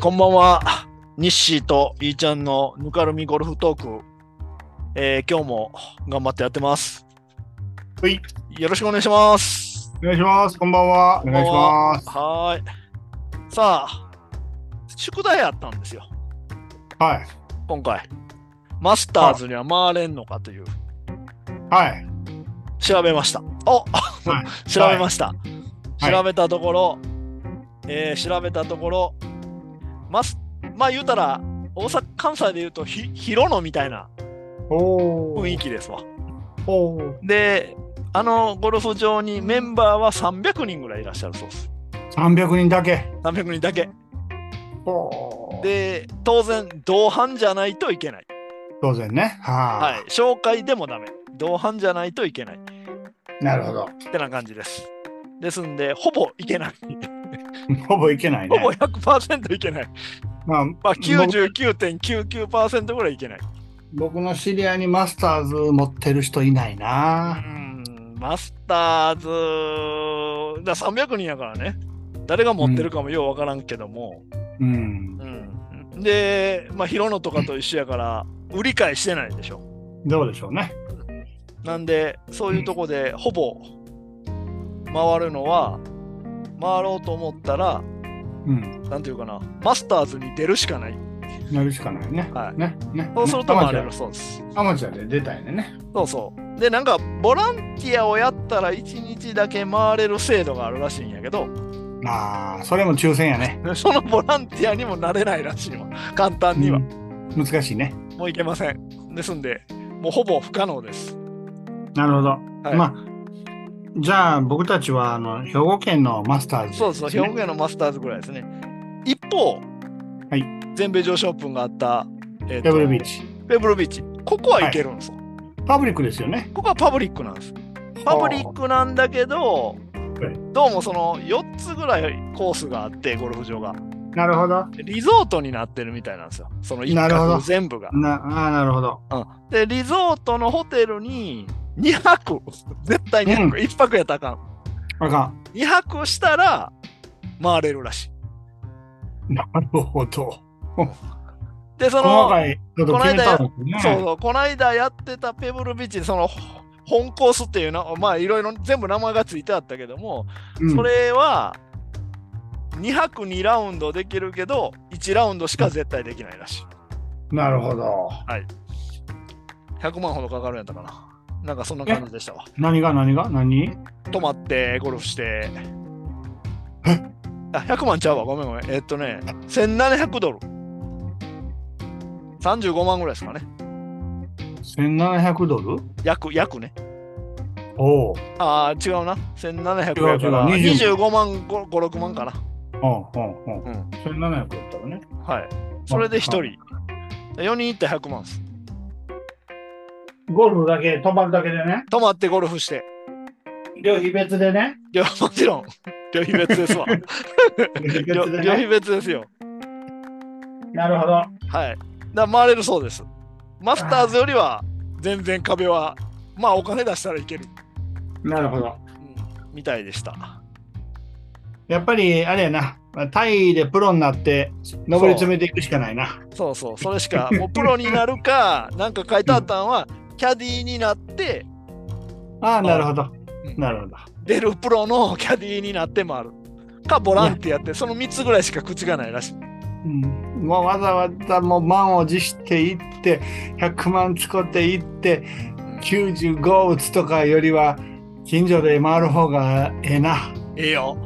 こんばんは。ニッシーとイーちゃんのぬかるみゴルフトーク。えー今日も頑張ってやってます。はい。よろしくお願いします。お願いします。こんばんは。お願いします。はーい。さあ、宿題やったんですよ、はい。今回。マスターズには回れんのかという、はい。調べました。おは 調べました。はい調べたところ、えー調べたところ、マス、まあ言うたら、大阪、関西で言うとひ、広野みたいなお雰囲ー。気ですわ。おー。で、あのゴルフ場にメンバーは300人ぐらいいらっしゃるそうです。 300人だけ。 300人だけ。おー。で、当然、同伴じゃないといけない。当然ね。は。はい紹介でもダメ。同伴じゃないといけない。っい。なるほど。 てな感じです。ですんで、ほぼいけない。ほぼいけないほね。ぼ100%いけない。まあ、まあ、僕99.99%ぐらいいけない。僕の知り合いにマスターズ持ってる人いないうな。ん、マスターズ、だ300人やからね。誰が持ってるかもようわからんけども。うん。うん、で、まあ、広野とかと一緒やから、売り買いしてないでしょ。どうでしょうね。なんで、そういうとこで、ほぼ回るのは、回ろうと思ったら、うん。なんていうかな、マスターズに出るしかない。やるしかないね。はいね。ね。そうするとねアマ回チれュるそうです。ア。アマチュアで出たいねね。そうそう。で、なんか、ボランティアをやったら1日だけ回れる制度があるらしいんやけど、ああ、それも抽選やね。そのボランティアにもなれないらしいわ。簡単にはう。ん難しいね。もういけません。ですんで、もうほぼ不可能です。なるほど。はいまあ、じゃあ僕たちはあの兵庫県のマスターズ、そうそう、兵庫県のマスターズぐらいですね。一方、はい全米女子オープンがあった、えーペとブルビーチ。ペブルビーチ。ここは行けるんですよ、パブリックですよね。ここはパブリックなんです。パブリックなんだけど、どうもその4つぐらいコースがあって、ゴルフ場が。なるほど。リゾートになってるみたいなんですよ。その一なるほ角ど全部が。なあーなるほど。うんで、リゾートのホテルに2泊、絶対2うん泊、一1泊やったらあかん。あかん。 2泊したら回れるらしい。なるほど。で、その細、かいこと決めたんですね。そうそう、この間やってたペブルビーチにそのほ本コースっていうの、まあいろいろ全部名前がついてあったけども、うんそれは2泊2ラウンドできるけど、1ラウンドしか絶対できないらしい。なるほど。 100万ほどかかるんやったかな。なんかそんな感じでしたわ。何が何が何泊まって、ゴルフして。えあ、100万ちゃうわ。ごめんごめん。えっとね、1700ドル。35万ぐらいですかね。 ?1700 ドル約、約ね。おうああ、違うな。1700違うやから違う20 25万5、6万かな。おうおうおう。うん1700だったらね。はい。それで1人。4人行って100万です。ゴルフだけ、泊まるだけでね。泊まってゴルフして。旅費別でね。いや、もち ろん、旅費別ですわ。旅費旅別で旅費ね。別ですよ。なるほど。はい。だから回れるそうです。マスターズよりは全然壁は、まあお金出したらいける、なるほど。うんみたいでした。やっぱりあれやな、タイでプロになって、上り詰めていくしかないな。そうそう、それしか、もうプロになるか、なんか書いてあったんは、キャディーになって、ああ、なるほど。うんなるほど。出るプロのキャディーになってもある。か、ボランティアって、その3つぐらいしか口がないらしい。うん、もうわざわざもう満を持して行って、100万使って行って、95打つとかよりは、近所で回る方がええな。ええよ。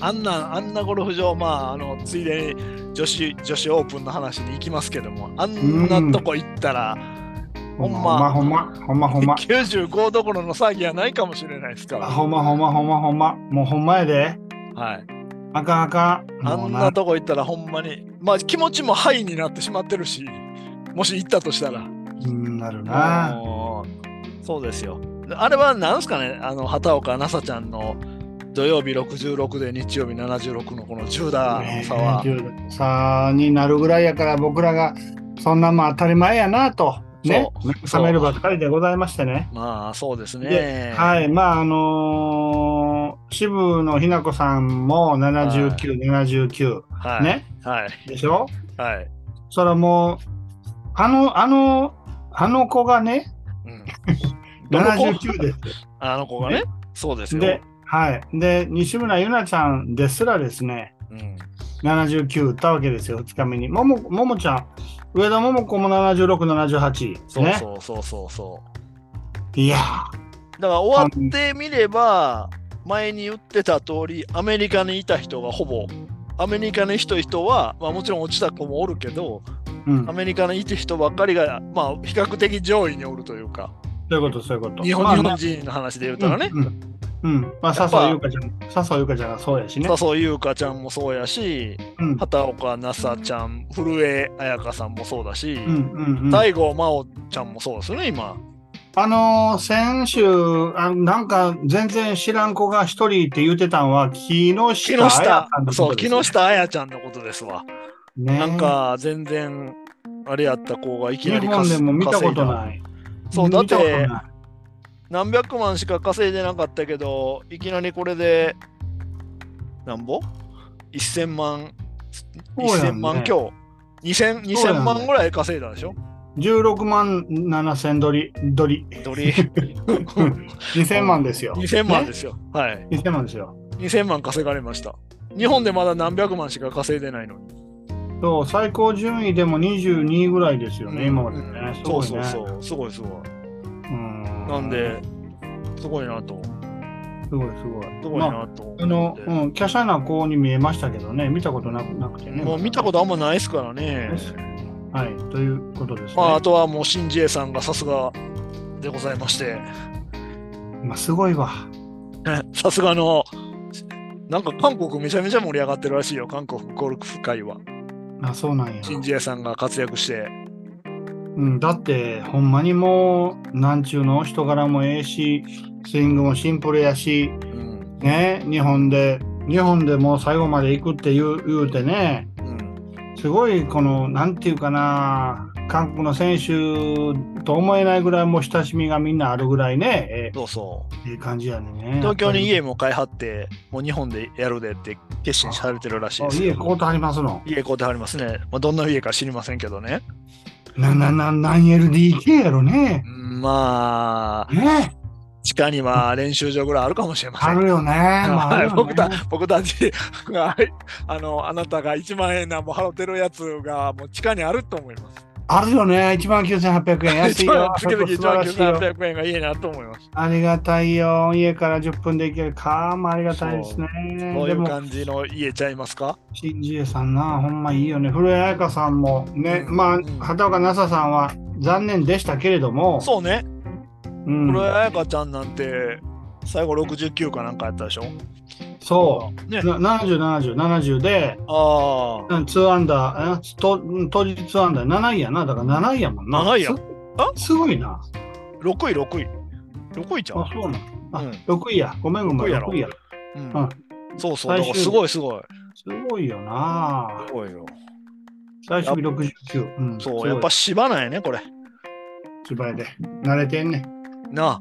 あんな、あんなゴルフ場、まあ、あの、ついでに女子、女子オープンの話に行きますけども、あんなとこ行ったら、ほんまほんま、ほんま、ほんま、 95どころの騒ぎはないかもしれないですから。ほんま、ほんま、ほんま、ほんま、もうほんまやで。はい。あかんあかん。あもうんなとこ行ったら、ほんまに、まあ、気持ちもハイになってしまってるし、もし行ったとしたら。うんなるな。もうそうですよ。あれは何すかね、あの、畑岡奈紗ちゃんの土曜日66で日曜日76のこの10打の差は。ねさあになるぐらいやから僕らがそんなもん当たり前やなとねそう目覚めるばっかりでございましてね。まあ、そうですね。ではいまああのー渋野日向子さんも79、79、はい。ねはい。でしょはい。それはもうあのあのあの子がね うん、どの子79ですあの子がね、そうですよ。で、はい。で、西村優菜ちゃんですらですね、うん、 79打ったわけですよ、2日目に。もも、ももちゃん、上田桃子も76、78。そうね。そうそうそうそう。いやだから終わってみれば、前に言ってた通り、アメリカにいた人がほぼ、アメリカにいた人は、まあ、もちろん落ちた子もおるけど、ー、うんア。メリカにいた人ばっかりが、まあ、比較的上位におるというか、そういうこと、そういうこと。日本,、まあ日本人の話で言うたらね、うんうん。うんまやあ、っぱ笹生優花ちゃん、笹生優花ちゃんがそうやしね。笹生優花ちゃんもそうやし、うん。畑岡奈紗ちゃん、古江彩佳さんもそうだし、うんうんうん、西郷真央ちゃんもそうですね、今。あのー先週あ、なんか全然知らん子が一人って言ってたんは、木木下彩下さん、のこそう、とで木すね下彩ちゃんのことですわ。ねなんか全然あれやった子がいき日なりか本すでも見たこ稼いとだない。そうだっ見たことてない何百万しか稼いでなかったけどいきなりこれでなんぼ ?1000 万そうや1000んね万強2000そうや2000んね万ぐらい稼いだでしょ16万7千ドリ、ドリ、ドリ2000万ですよ。。2000万ですすよはいね、2000万ですよ。 2000万稼がれました日本でまだ何百万しか稼いでないのにそう、最高順位でも22位ぐらいですよね、今までうねん。すそごういそうね。そうすごいすごいうんなんで、すごいなとすごいすごい。すごいまあなと思ってあの、うん、華奢な子に見えましたけどね、見たことなくなくてね。もう見たことあんまないですからね。はい、ということですね。まあ、あとはもう、シン・ジエさんがさすがでございま して、まあ、すごいわ。さすがの、なんか韓国めちゃめちゃ盛り上がってるらしいよ、韓国ゴルフ界は。あ、そうなんや。シン・ジエさんが活躍して、うん、だってほんまにもうなんちゅうの人柄もええしスイングもシンプルやしうん、ね日本で日本でもう最後まで行くって言う言うてねうん、すごいこのなんていうかな韓国の選手と思えないぐらいもう親しみがみんなあるぐらいねえそうそう。えええ感じやねんね東京にやっ家も買い張って、もう日本でやるでって決心されてるらしいぱでりすあ家よ。こうとありますの家買うてはりますね。まあ、どんな家か知りませんけどね。ななな何 LDK やろねうんまあ、ね地下には練習場ぐらいあるかもしれませあんるよね,、まあ、あはるい、よ僕ねた僕たち がはいあのあなたが1万円なんぼ払ってるやつがもう地下にあると思います。あるよね1万9800円安いよ月々そこ素晴らしいよ19800円が家にあると思います。ありがたいよ。家から10分で行けるかもありがたいですね。そういでうも、感じの家ちゃいますか新次江さんな、ほんまいいよね。古江彩佳さんもね、うんまあうん、畑岡奈紗さんは残念でしたけれども、そうね、うんこれ彩香ちゃんなんて最後69かなんかやったでしょそうねな70、70、70で、ああ、うん2アンダー、えと当日2アンダー、7位やな、だから7位やもんな。 7位やすすごいな。 6位、6位。6位ちゃあう、そうなん。あ、うん6位や。ごめんごめ6ん、位やろ6位や。うんうんそうそう、だから最終すごいすごい。すごいよな。すごいよ。最終日69。うん、そう、やっぱ芝なんやね、これ。芝居で。慣れてんねん。なあ、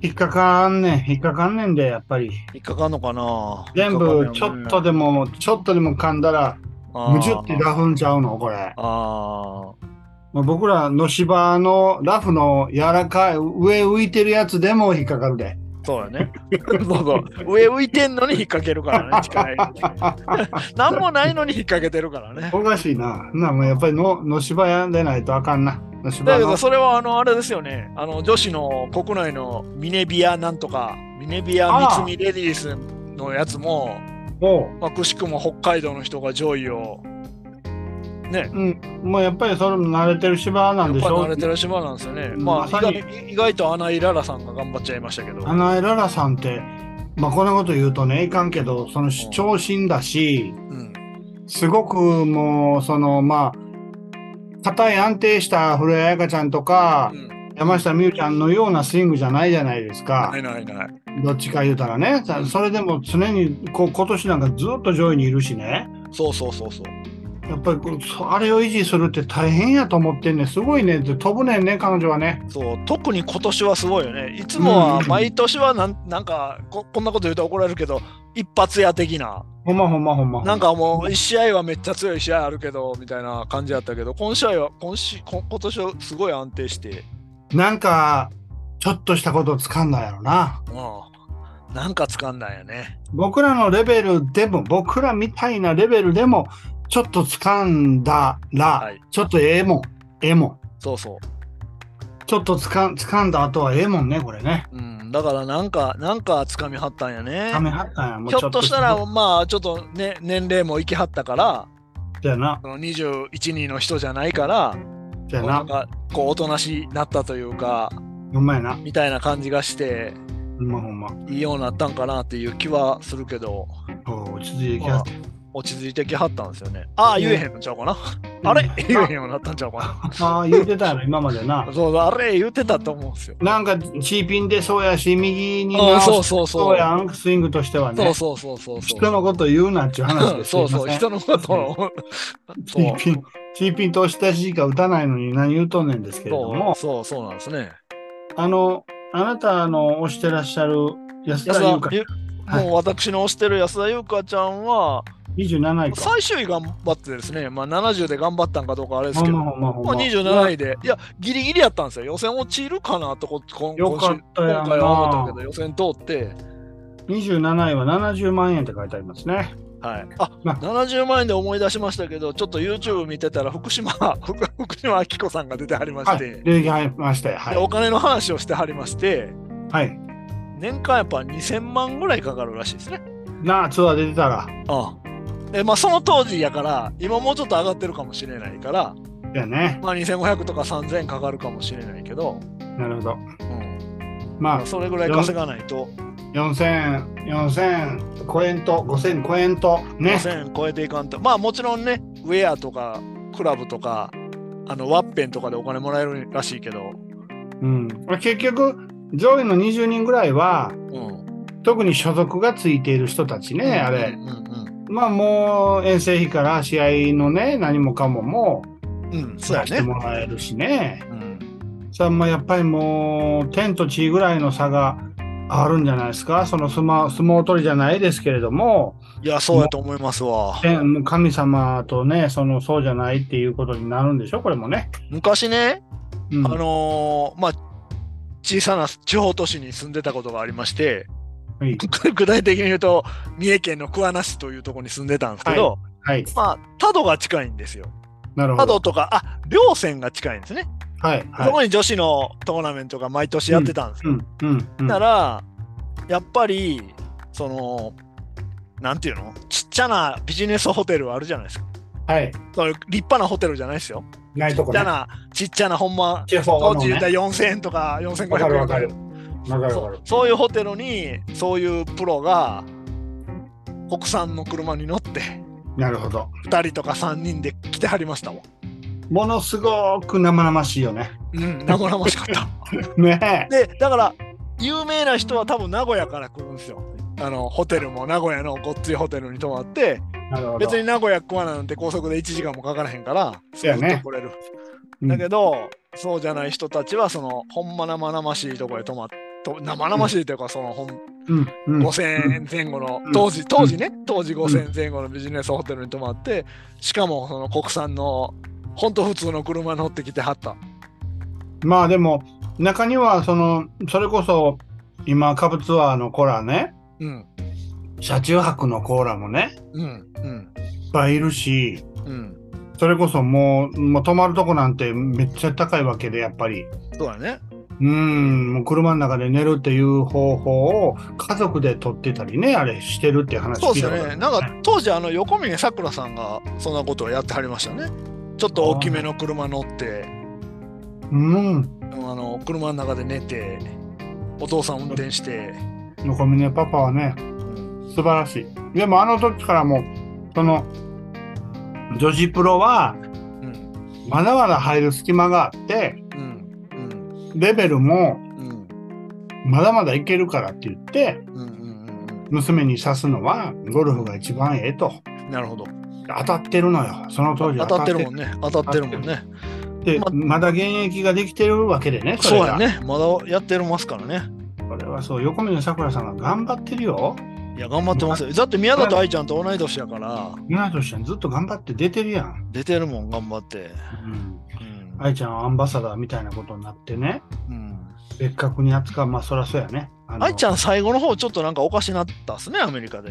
引っかかんねん、引っかかんねんで、やっぱり。引っかかんのかな全部、ちょっとでも、ちょっとでも噛んだら、むちゅってラフんちゃうの、これ。ああ、もう僕らの芝のラフの柔らかい、上浮いてるやつでも引っかかるで。そうよね。 そうそう。上浮いてんのに引っ掛けるから ね、近い。 何もないのに引っ掛けてるからね。おかしいな。な、もうやっぱりの、の芝やんでないとあかんな。のだ芝けのど、。それはあの、あれですよね。あの、女子の国内のミネビアなんとか、ミネビアああ三つみレディースのやつも、もまあ、くしくも北海道の人が上位を、う、うん。もうやっぱりそれも慣れてる芝なやんっでしぱりょ慣れてる島なんですよね。まあ、ま意さに外意外とアナイララさんが頑張っちゃいましたけど。アナエララさんって、まあこんなこと言うとね、いかんけど、その主張心だし、うん。すごくもうそのまあ硬い安定した古江彩佳ちゃんとか、うん山下美夢有ちゃんのようなスイングじゃないじゃないですか、ないないない。どっちか言うたらねさそれでも常にこう今年なんかずっと上位にいるしねそうそうそうそう。やっぱりこうそあれを維持するって大変やと思ってんねんすごいねって飛ぶねんね彼女はねそう特に今年はすごいよね。いつもはうん毎年はなんなんかここんなこと言うと怒られるけど一発屋的なほんまほんまほんまなんかもう1試合はめっちゃ強い試合あるけどみたいな感じだったけど今試合は今し今今年はすごい安定して、なんかちょっとしたことをつかんだんやろなうん、なんか掴んだんやね。僕らのレベルでも僕らみたいなレベルでもちょっとつかんだら、はいちょっとええもんええもんそうそうちょっとつかんつかんだ後はええもんねこれねうん、だからなんか、なんか掴みはったんやねた。めはったんやもうひょっとしたちょら、まあ、ちょっとね、年齢もいきはったから、っとやなその21、2の人じゃないから、そやななんか、こう、おとなしになったというか、ほんまやなみたいな感じがして、ほんまほんまいいようになったんかなっていう気はするけど、そう落ち着いてきまはあった落ち着いてきはったんですよね。ああ、言えへんのちゃうかな。あれ言えへんようになったんちゃうかああ言うてたやろ今までな。なそうそう、あれ言ってたと思うんですよ。なんかチーピンでそうやし右にう直ん、しそうそうそ。そううやんスイングとしてはそねうそうそうそうそう。人のこと言うなっちゅう話うでんすそうそ、すいうません人のことを。チーピン、チーピンとしたしか打たないのに何言うとんねんですけれども、そうそうそうなんですね。あの、あなたの推してらっしゃる安安田田優香、ゆはいもう私の推してる安田優香ちゃんは、 27位か。最終位頑張ってですね、まあ、70で頑張ったんかどうかあれですほけんど、ままほんまほんま。あ、27位で、いや、ギリギリやったんですよ。予選落ちるかなとこ、こんよかっ今た週や今ん回は思ったけなど、。予選通って、 27位は70万円って書いてありますね。はい、あまあ70万円で思い出しましたけど、ちょっと YouTube 見てたら、福島、 福福島明子さんが出てはりまはしいて、。礼儀入りましたよ。はでおい。金の話をしてはりまして、はい。年間やっぱ2000万ぐらいかかるらしいですね。なあ、ツアー出てたら。ああえまあ、その当時やから、今もうちょっと上がってるかもしれないから、だよね。まあ、2500とか3000かかるかもしれないけど、なるほど。うんまあ、それぐらい稼がないと、 4000、4000、5円と、5000、5円と、ね。 5000超えていかんと、まあもちろんね、ウェアとかクラブとか、あのワッペンとかでお金もらえるらしいけど、うん。結局、上位の20人ぐらいは、うん、特に所属がついている人たちね、あれう、んうんまあもう遠征費から試合のね、何もかももうん、うん、うそうや出してね。もらえるしね、うんそれはもうやっぱりもう、天と地ぐらいの差があるんじゃないですか、その相撲相撲取りじゃないですけれども、いや、そうやと思いますわ。天もう神様とね、そのそうじゃないっていうことになるんでしょ、これもね。昔ね、うん、あのーまあ、小さな地方都市に住んでたことがありまして、 はい、具体的に言うと三重県の桑名市というところに住んでたんですけど、はい、まあ多度が近いんですよなるほ多ど。度とかあ稜線が近いんですね、はい、そはこに女子のトーナメントが毎年やってたんですい。よ、うん、うん、うん。だからやっぱりそのなんていうのちっちゃなビジネスホテルあるじゃないですかはい、それ立派なホテルじゃないですよないとこちっちゃね。なちっちゃなほんま地方当の時言っねた。ら4000円とか4500円とわかるわかる。わかるわそかうる。そういうホテルにそういうプロが国産の車に乗ってなるほど。 2人とか3人で来てはりましたもん。ものすごく生々しいよね。 うん、名古屋ましかった。ねえ。でだから有名な人は多分名古屋から来るんですよ。あのホテルも名古屋のごっついホテルに泊まってなるほど。別に名古屋桑名なんて高速で1時間もかからへんからすそうやぐね来れる。うんだけど、そうじゃない人たちはそのほんま生々しいとこへ泊まって。と生々しいというか、そのほんうん、うん、 5000円前後のうん当時当時ね当時5000円前後のビジネスホテルに泊まってしかもその国産のほんと普通の車乗ってきてはったまあでも中にはそのそれこそ今株ツアーのコーラねうん車中泊のコーラもねうんうんいっぱいいるしうんそれこそもうもう泊まるとこなんてめっちゃ高いわけでやっぱりそうだねうんもう車の中で寝るっていう方法を家族で取ってたりねあれしてるっていう話そう聞でいすたよことあねるなんか当時あの横峯さくらさんがそんなことをやってはりましたねちょっと大きめの車乗ってうんあの車の中で寝てお父さん運転して、横峰パパはねうん素晴らしいでもあの時からもうその女子プロはうんまだまだ入る隙間があってうんうんレベルもうんまだまだいけるからって言ってうんうんうん娘に指すのはゴルフが一番ええとうんなるほど当たってるのよその当時当たってるもんね。当たってるもんね。でまだ現役ができてるわけでねそうやがね。まだやってますからね。これはそう横峯さくらさんが頑張ってるよいや、頑張ってますよ。だって宮里愛ちゃんと同い年やから、宮としてずっと頑張って出てるやん、出てるもん、頑張って。うん、うん。愛ちゃんはアンバサダーみたいなことになってねうん別格に扱うまあそりゃそうやねあの愛ちゃん、最後の方、ちょっとなんかおかしなったっすね、アメリカで。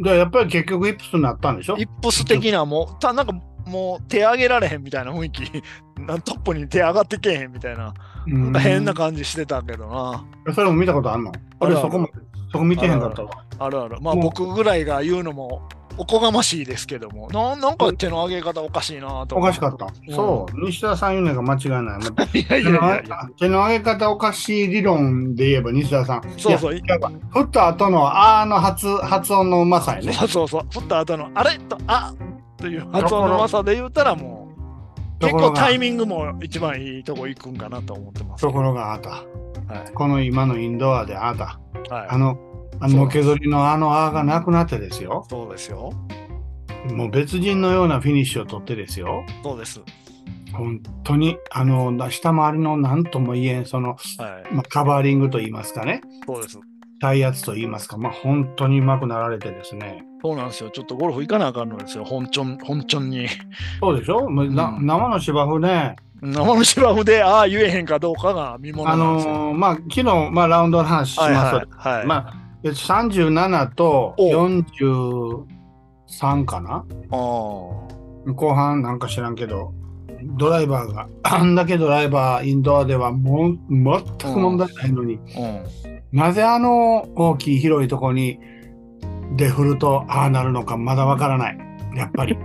だからやっぱり結局イップスになったんでしょイップス的な、もう、たなんかもう手上げられへんみたいな雰囲気、なんトップに手上がってけえへんみたいな、なんか変な感じしてたけどな。それも見たことあんのあ俺るあるそこもそこ見てへんかったわあるある。まあ、もう僕ぐらいが言うのも、おこがましいですけども、ななんか手の上げ方おかしいなとお思かうしかった、うんそう西田さん言うのが間違いない、まあい やいや手のい上やげいや。手の上げ方おかしい理論で言えば西田さんそうそう。やば振った後のあーの発発音のうまさやねそうそうそう。振った後の、あれと、あという発音のまさで言うたらもう、と結ころ構がタイミングも一番いいとこ行くんかなと思ってます。とはころがあなたい。この今のインドアであなたあはい。のあそうののけぞりのあのあーがなくなってですよそうですよ。もう別人のようなフィニッシュを取ってですよそうです。本当にあの下回りの何とも言えんその、はい。まあ、カバーリングと言いますかねそうです。体圧と言いますか、まあ、本当にうまくなられてですねそうなんですよ。ちょっとゴルフ行かなあかんのですよ。本ちょん、本ちょんに。そうでしょ、もうなうん生の芝生ね生の芝生で、ああ、言えへんかどうかが見ものあなんですよ。のーまあ昨日、まあ、ラウンドの話しまはしいた、はいはい。まあ、えっと37とお43かなあー後半なんか知らんけど、ドライバーが、 あんだけドライバー、インドアではもう全く問題ないのに、うん、なぜあの大きい広いとこにデフルとああなるのかまだわからない。やっぱり。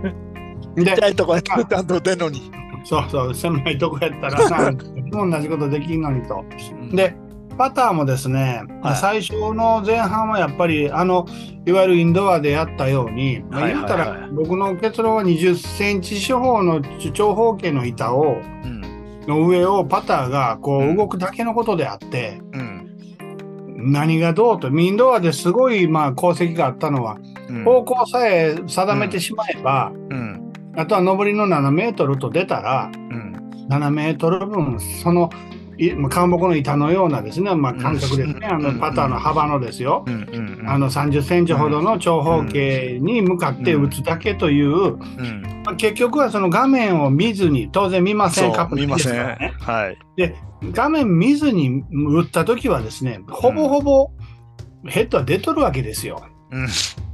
で、痛いとこやってる担当出んのに。そうそう、狭いとこやったらな、も同じことできんのにと。で、パターもですね、まあ最初の前半はやっぱり、あの、いわゆるインドアでやったように、まあはい言はういたはいら、僕の結論は20センチ四方の長方形の板を、うん、の上をパターがこううん動くだけのことであって、うん、何がどうと、インドアですごい、まあ、功績があったのは、うん、方向さえ定めてしまえば、うん、あとは上りの7メートルと出たら、うん、 7メートル分そのいまあ灌木の板のようなですね、まあ、感覚ですね、うんあのパターの幅のですよ、うん、うん、あの30センチほどの長方形に向かって打つだけというう、ん、まあ結局はその画面を見ずに当然見ませんそカう、ップ見まですせかん。らねはい。画面見ずに打った時はですねほぼほぼヘッドは出とるわけですよ。うん、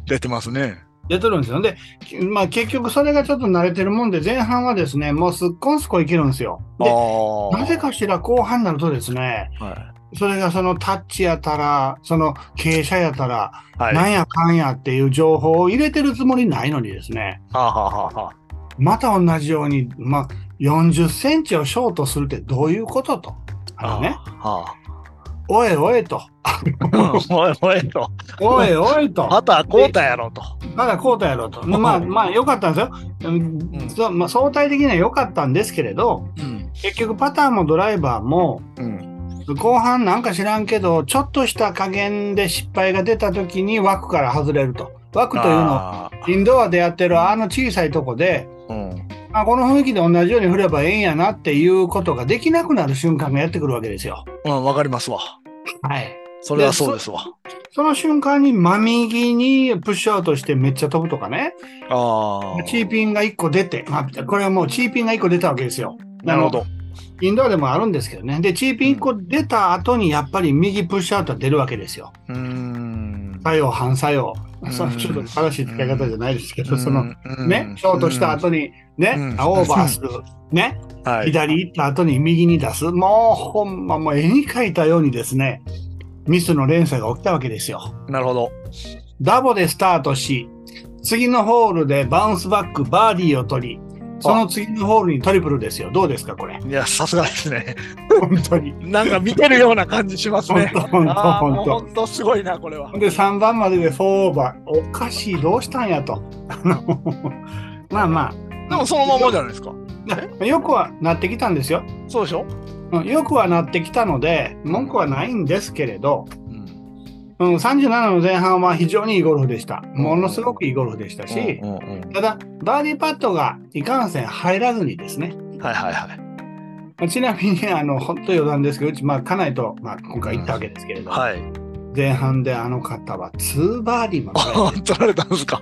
出てますね。出とるんですよで、きまあ、結局それがちょっと慣れてるもんで前半はですねもうすっこんすこいけるんですよ。あであ。なぜかしら後半になるとですねはそれがそのタッチやたら、その傾斜やたら、い。はい。なはんやかんやっていう情報を入れてるつもりないのにですね、あはあはあはあ。また同じように、まあ、40センチをショートするってどういうことと。あのね、はおいおいと、あ。 おいおいと。おいお いと、またこうたやろと。まだこうたやろ と。まあまあ良かったんですよ。うんそうまあ、相対的には良かったんですけれど、うん。結局パターンもドライバーも、うん。後半なんか知らんけど、ちょっとした加減で失敗が出た時に枠から外れると。枠というのあはーインドアでやってるあの小さいとこで、うん。あ、この雰囲気で同じように振ればええんやなっていうことができなくなる瞬間がやってくるわけですよ。うん、わかりますわ。はい。それはそうですわ。その瞬間に真右にプッシュアウトしてめっちゃ飛ぶとかね、ああ。チーピンが1個出て、まあ、これはもうチーピンが1個出たわけですよ。なるほど。インドアでもあるんですけどね。で、チーピン1個出た後にやっぱり右プッシュアウトは出るわけですよ。うーん。作用、反作用う。んそのちょっと正しい使い方じゃないですけうど、んその、うんね、ショートした後にね、うんあオーバーする。ね。うんはい。左行った後に右に出す、もうほんまもう絵に描いたようにですねミスの連鎖が起きたわけですよなるほど。ダボでスタートし次のホールでバウンスバックバーディーを取りその次のホールにトリプルですよどうですかこれいや、さすがですね。 本当になんか見てるような感じします本ね。当本当あーもう本本当すごいな、これは当。で3番までで4オーバーおかしいどうしたんやとあのまあまでもそのままじゃないですか。あよくはなってきたんですよそうでしょうんよくはなってきたので文句はないんですけれどうん。うん、37の前半は非常にいいゴルフでした。ものすごくいいゴルフでしたし、うんうんうんただ、バーディーパットがいかんせん入らずにですね、はいはいはい。ちなみに、あの、本当余談ですけど、うち、まあ、家内と、まあ、今回行ったわけですけれど、はい。前半であの方は2バーディーもあ取られたんですか。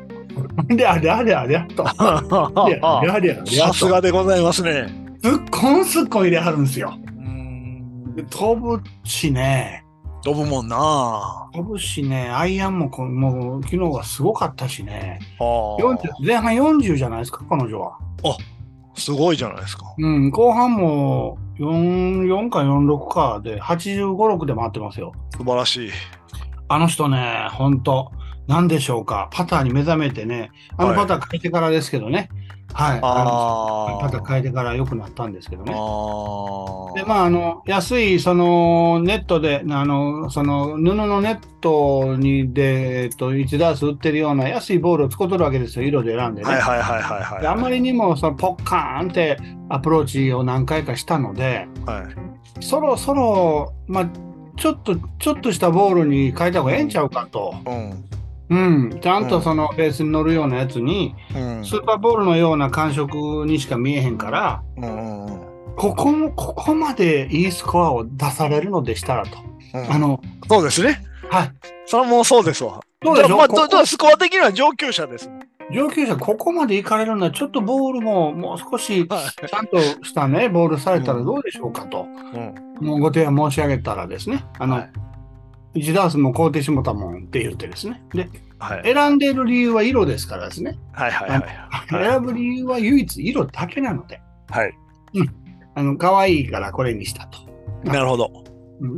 ない。で、あれあれあれやと。あれあれあれやと。さすがでございますね。すっこんすっこん入れはるんですよ。うんで飛ぶしね、飛ぶもんな。は飛ぶしね、アイアンもこもう昨日はすごかったしね、あ40前半40じゃないですか、彼女は。すごいじゃないですか。うん、後半も 4, 4か46かで85、6で回ってますよ。素晴らしい。あの人ね、本当なんでしょうか、パターに目覚めてね、あのはいパター変えてからですけどね、はい、ああのパター変えてから良くなったんですけどね。あ。でまあ、あの安いそのネットであのその布のネットにで、えっと、1ダース売ってるような安いボールを使うとるわけですよ、色で選んでね。はいはいはいはいはい。であまりにもそのポッカーンってアプローチを何回かしたので、はい。そろそろ、まあ、ちょっとちょっとしたボールに変えた方がええんちゃうかと、うん。うん、ちゃんとそのベースに乗るようなやつに、うん。スーパーボールのような感触にしか見えへんから。うんうんうん。ここも、ここまでいいスコアを出されるのでしたらと。あの、そうですね。はい。それはもうそうですわ。どうでしょう、まあ、こどこどうスコア的には上級者です。上級者、ここまで行かれるのは、ちょっとボールも、もう少し、ちはゃんとしたね、ボールされたらどうでしょうかと、うん。もうご提案申し上げたらですね、あの、はい1ダースも買うてしもたもんって言ってですね。で、はい。選んでいる理由は色ですからですね。はいはいはい。選ぶ理由は唯一色だけなので、はい。あの、可愛いからこれにしたと。なるほど。うん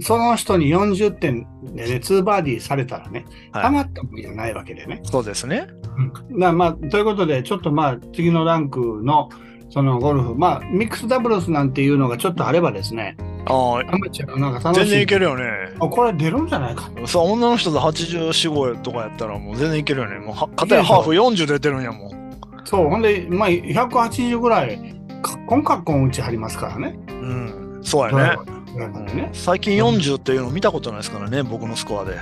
その人に40点でね、2バーディーされたらね、はいたまったもんじゃないわけでね。そうですね。なまあ、ということで、ちょっとまあ、次のランクの、そのゴルフ、まあ、ミックスダブルスなんていうのがちょっとあればですね、ああ、アマチュアのなんか楽全し然いい。けるよね。あこれ出るんじゃないか。そう女の人で84、5とかやったらもう全然いけるよね。もうは片やハーフ40出てるんやもん。そう、ほんで、まあ、180ぐらい、カッコンカッコン打ち張りますからね。うん、そうドラやねイバ。ードライバーでね最近40っていうの見たことないですからね、僕のスコアで。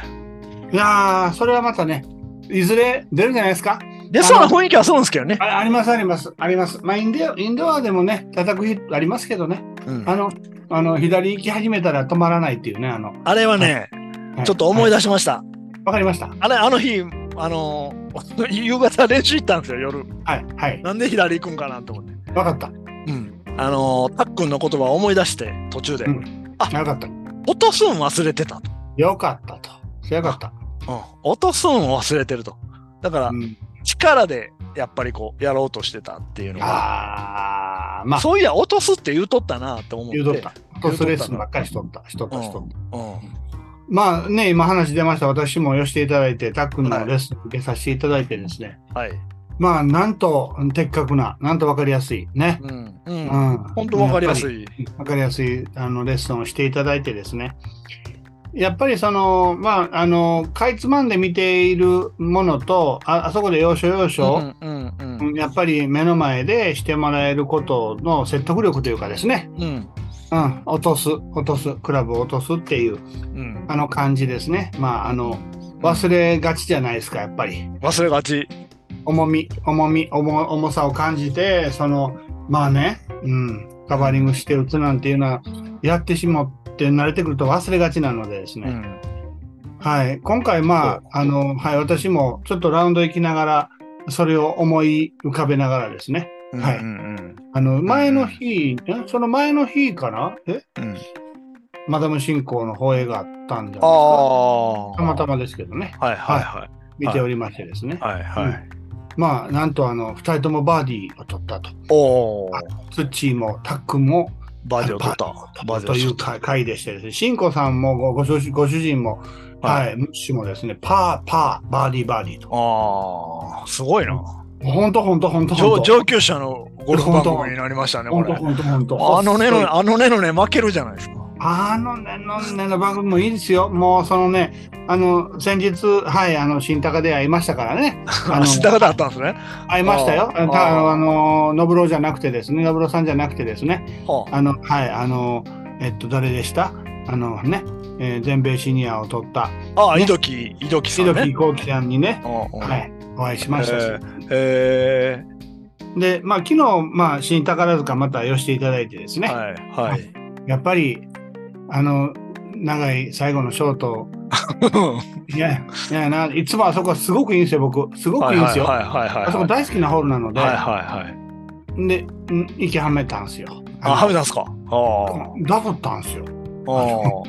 いやー、それはまたね、いずれ出るんじゃないですか。で、そうな雰囲気はそうなんですけどね。ああります、あります、あります。まあ、インデインドアでもね、叩く日ありますけどね。うんあの、あの左行き始めたら止まらないっていうね、あの、あれはね、はいちょっと思い出しました。わかりました。はあれ、あの日、あのー 夕方練習行ったんですよ、夜。い、はい、なんで左行くんかなと思って。わかった。うん。あのー、たっくんの言葉を思い出して、途中でう。んよかった。落とすん忘れてたと。よかったと。それよかった。うん。落とすん忘れてると。だからう、ん、力で、やっぱりこう、やろうとしてたっていうのが。ああ、まあ、そういや、落とすって言うとったなと思って。言うとった。トスレッスンばっかりしとった、しとった、しとった。うん。まあね、今話出ました。私も寄せていただいて、たっくんのレッスン受けさせていただいてですね。はい。まあ、なんと的確な、なんとわかりやすい。ね。うん。うん。うん。本当わかりやすい。い。わかりやすい、あの、レッスンをしていただいてですね。やっぱりその、まあ、あの、かいつまんで見ているものと、ああそこで要所要所、うんうんうんやっぱり目の前でしてもらえることの説得力というかですね、うんうん、落とす、落とす、クラブを落とすっていう、うんあの感じですね。まあ、あの、忘れがちじゃないですか、やっぱり。忘れがち。重み、重み、重重さを感じて、その、まあね、うん、カバーリングして打つなんていうのは、やってしまって慣れてくると忘れがちなのでですうね。んはい。今回、まあ、あの、はい、私もちょっとラウンド行きながら、それを思い浮かべながらですね。はいうんうんあの前の日、えその前の日かなえうんうんマダム信仰の放映があったんじゃないであすかあ。たまたまですけどね、はいはいはい見ておりましてですね、はいはい。まあなんとあの2人ともバーディーを取ったと、おお。ツッチーもタックンもバージョン取った。バージョといンう取っか回でしてですね、信仰さんもごご主人ご主人も、はいはい、ムッシュもですね、パー、パー、バーディー、バーディーとた。、ああ。すごいな。ほんとほんとほんとほ上んと、上級者のゴルフ番組になりましたね、こほんとれ。ほんとほんと、あのねのね、あのねのね、負けるじゃないですか。あのね、のねの番組もいいですよ。もうそのね、あの、先日、はい、あの、新高で会いましたからね。あのあ、知ったことあったんですね。会いましたよ。あーあたあの、あの、ノブロじゃなくてですね、ノブロさんじゃなくてですね、はあの、はい、あの、えっと、誰でしたあのね、えー全米シニアを取ったああ、ね井戸木、井戸木さ木ん戸木ね。幸喜さんにね、うんうんはい、お会いしましたし、えで、まあ、昨日、まあ、新宝塚また寄せていただいてですーね、はい、はい。 やっぱりあの長い最後のショートいやいやないつもあそこすごくいいんですよ僕すごくいいんですよ、はいはいはいはいはい。あそこ大好きなホールなので、はいはいはい。でうん息はめたんですよあ、はめたんすか。ああ。ダブったんですよ、あ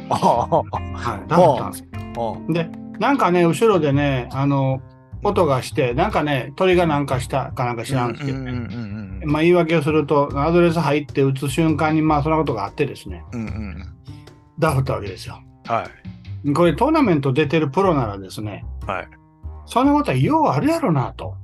あ。あはい、ダブったんですよあ。でなんかね後ろでねあの音がしてなんかね鳥がなんかしたかなんか知らんですけど、ねうんうんまあ、言い訳をするとアドレス入って打つ瞬間にまあそんなことがあってですねうんうんうんうん。ダフったわけですよはい。これトーナメント出てるプロならですね、はい、そんなことはようあるやろなと、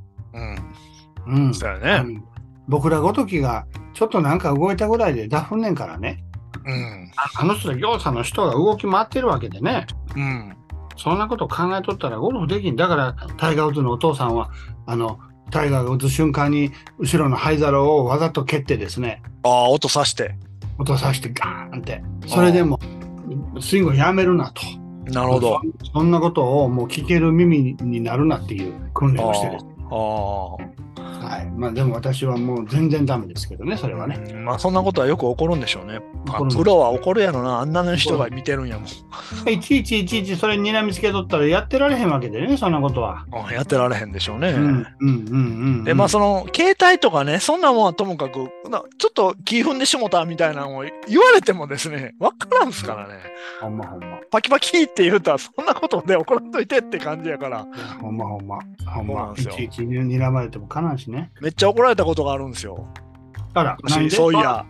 ううんん。そううやね。ん僕らごときがちょっとなんか動いたぐらいでダフんねんからねうん。ああの人業者の人が動き回ってるわけでねうん。そんなこと考えとったらゴルフできんだからタイガー・ウッズのお父さんはあのタイガーが打つ瞬間に後ろの灰皿をわざと蹴ってですねああ、音さして。音さしてガーンってそれでもスイングをやめるなとなるほど。そそんなことをもう聞ける耳になるなっていう訓練をしてですねあはいまあ、でも私はもう全然ダメですけどねそれはあ。ね、うんまあそんなことはよく起こるんでしょうね。まあ怒るプロは怒るやろな。あんなの人が見てるんやもん。いちいちいちいちそれにらみつけとったらやってられへんわけでねそんなことは、うんやってられへんでしょうね。うんうんうんうんでまあその携帯とかねそんなもんはともかくなちょっと気踏んでしもたみたいなのを言われてもですね分からんすからねほんまほんまパキパキって言うたらそんなことで怒らんといてって感じやからほんまほんまほんそうなんまでいすよちいちにらまれてもかなんしねめっちゃ怒られたことがあるんですよあらなんでそういや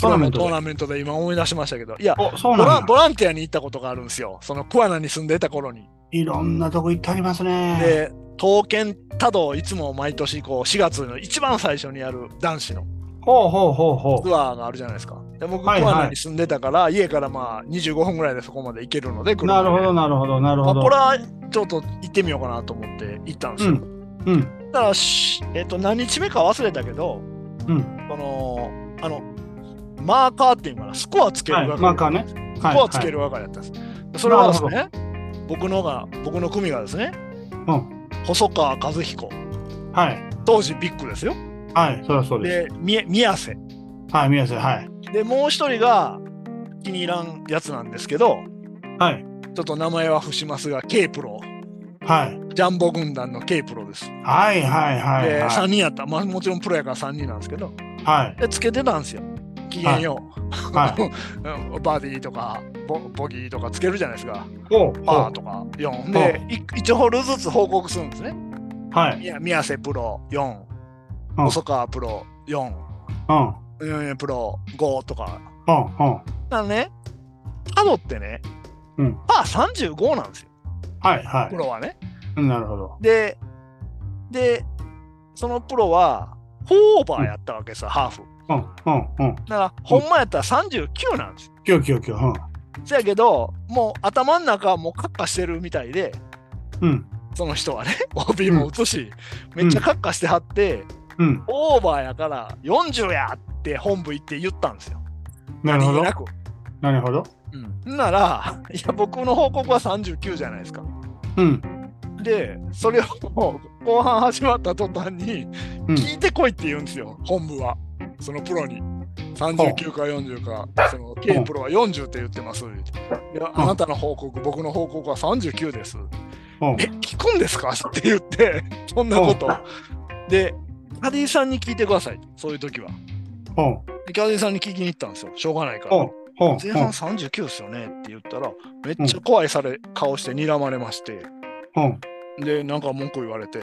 トーナメントでトーナメントで今思い出しましたけどいやおそうボなラんだボランティアに行ったことがあるんですよその桑名に住んでた頃にいろんなとこ行ってありますねで刀剣多道いつも毎年こう4月の一番最初にやる男子のほうほうほうほうツアーがあるじゃないですかで僕は桑いはい名に住んでたから家からまあ25分ぐらいでそこまで行けるので車なでるほどなるほどなるまあほど、これはちょっと行ってみようかなと思って行ったんですうよ。んうんだからし、えっと何日目か忘れたけど、うんこのあのマーカーっていうのかなスコアつけるはい係、マーカーねスはいコアつける係だったんです。それはですなね僕のが僕の組がですね、うん細川和彦はい当時ビッグですよはい、はい、そりゃそうですでみ宮瀬はい宮瀬はいでもう一人が気に入らんやつなんですけどはいちょっと名前は伏しますが K プロはいジャンボ軍団の K プロです。はいはいはいで、は3人やった、まあ、もちろんプロやから3人なんですけどい。はい。でつけてたんですよ機嫌よう、は うんバーディーとかボボギーとかつけるじゃないですかおうパーとか4で1ホールずつ報告するんですねはい。いや宮瀬プロ4うん細川プロ4うん。うん。うんプロ5とかうん。だからねタドってね、うんパー35なんですよはいはプロはねい。なるほど。ででそのプロは4オーバーやったわけですよ、ハーフうん。うん。うん。だから、ほんまやったら39なんですよ。きょきょきょ。せやけど、もう頭の中はもうカッカしてるみたいで、うん。うん。その人はね、OB も打つし、めっちゃカッカしてはって、うん。オーバーやから40やって本部行って言ったんですよ。なるほど何気。なく。なるほど。うん、なら、いや、僕の報告は39じゃないですか。うん。で、それをもう後半始まった途端に、うん。聞いてこいって言うんですよ、本部は。そのプロに。39か40か、その K プロは40って言ってます。言うていや、あなたの報告、僕の報告は39です。うんえ、聞くんですかって言って、そんなこと。で、キャディーさんに聞いてください、そういう時は。うん。でキャディーさんに聞きに行ったんですよ、しょうがないかうん。うら。ん。前半39ですよねって言ったら、めっちゃ怖いされ顔して睨まれまして、うん。で、なんか文句言われて、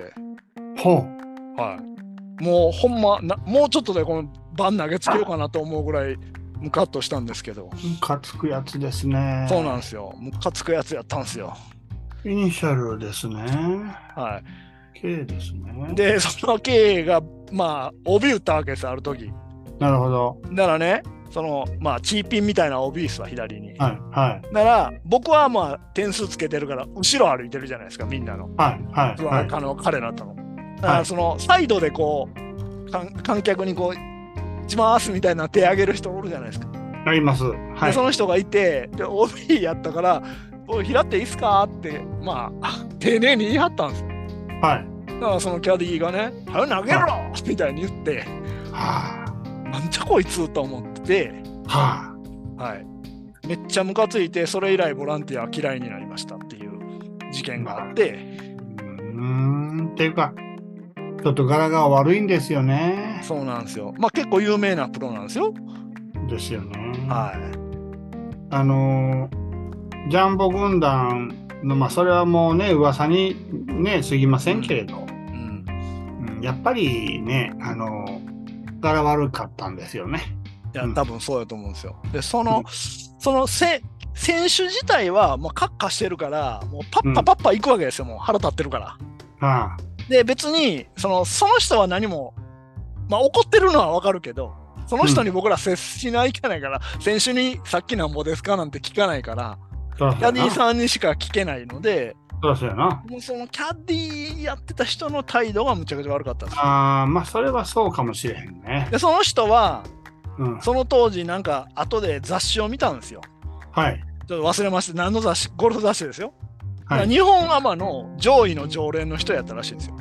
うん。はい。もうほんまな、もうちょっとでこのバン投げつけようかなと思うぐらいムカッとしたんですけど、ムカつくやつですね。そうなんですよ。ムカつくやつやったんですよ。イニシャルですね。は K ですね。い。、で、 その経営が、まあ、帯打ったわけです、ある時なるほど。ならね、その、まあ、チーピンみたいな帯ですわ、左に。はい。はい。なら、僕はまあ、点数つけてるから、後ろ歩いてるじゃないですか、みんなの。はい。はい。はあの彼らとの。だから、その、サイドでこう、観観客にこう、一番アースみたいな手上げる人おるじゃないですか。い。あります。はでいそ。の人がいて、で OB やったから、おい平っていいっすかって、まあ、 丁寧に言い張ったんです。はい。だからそのキャディーがね、早く投げろみたいに言って、はなんじゃこいつと思って、あ。ははい。めっちゃムカついて、それ以来ボランティア嫌いになりましたっていう事件があって、あ。うーん。っていうか、ちょっと柄が悪いんですよね。そうなんですよ。まあ結構有名なプロなんですよ。ですよね。はい。あのジャンボ軍団の、まあ、それはもうね噂にね過ぎませんけれど、うん。うんやっぱりねあの柄悪かったんですよね。いやうん多分そうやと思うんですよ。でそうのんそのせ選手自体はもうカッカしてるからもうパッパパッパ行くわけですよ、もう腹立ってるから。はで別にそのその人は何も、まあ、怒ってるのはわかるけどその人に僕ら接しないかないから、選手に「さっきなんぼですか?」なんて聞かないからあ、そうキそャうデやィーな。さんにしか聞けないのでそうそうやな。もうそのキャディーやってた人の態度がむちゃくちゃ悪かったんですよ。あーまあそれはそうかもしれへんね。でその人はうん、その当時なんか後で雑誌を見たんですよ。はいちょっと忘れました。何の雑誌ゴルフ雑誌ですよ。はい。日本アマの上位の常連の人やったらしいんですよ。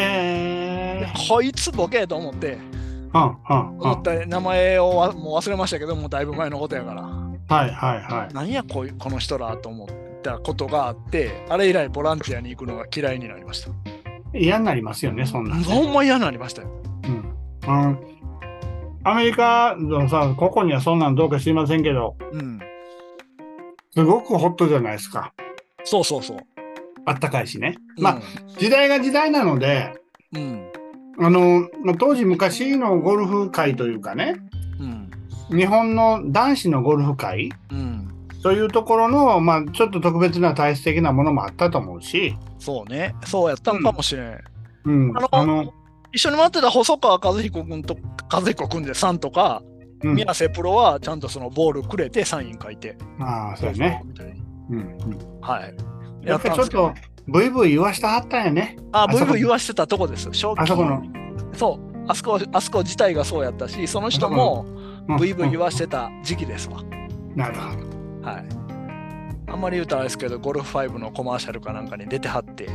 でへえ。こいつボケやと思って、うんうんうん。思った名前をわもう忘れましたけど、もうだいぶ前のことやから、はいはいはい。何やこいこの人らと思ったことがあって、あれ以来ボランティアに行くのが嫌いになりました。嫌になりますよねそんなんね。ほんま嫌になりましたよ。うん。あのアメリカのさここにはそんなんどうか知りませんけど。うん。すごくホットじゃないですか。そうそうそう。あったかいしね。まあ、あ、時代が時代なので、うん。あの、まあ、当時昔のゴルフ界というかね、うん。日本の男子のゴルフ界うん。というところの、まあ、ちょっと特別な体質的なものもあったと思うし、そうね。そうやったんかもしれん。うん、あの一緒に待ってた細川和彦君と和彦君でさんとか、うん宮瀬プロはちゃんとそのボールくれてサイン書いて、ああ、そうやね。みたいにうん、うんはい。やっぱりちょっやとたんです、ブイブイ言わしたはったんやねけ。どあ、あブそこイブイ言わしてたとこです。正あそこの。そう。あそこ、あそこ自体がそうやったし、その人もうんブイブイ言わわしてた時期ですわ。なるほど。はい。あんまり言うたらあれですけど、ゴルフ5のコマーシャルかなんかに出てはって、う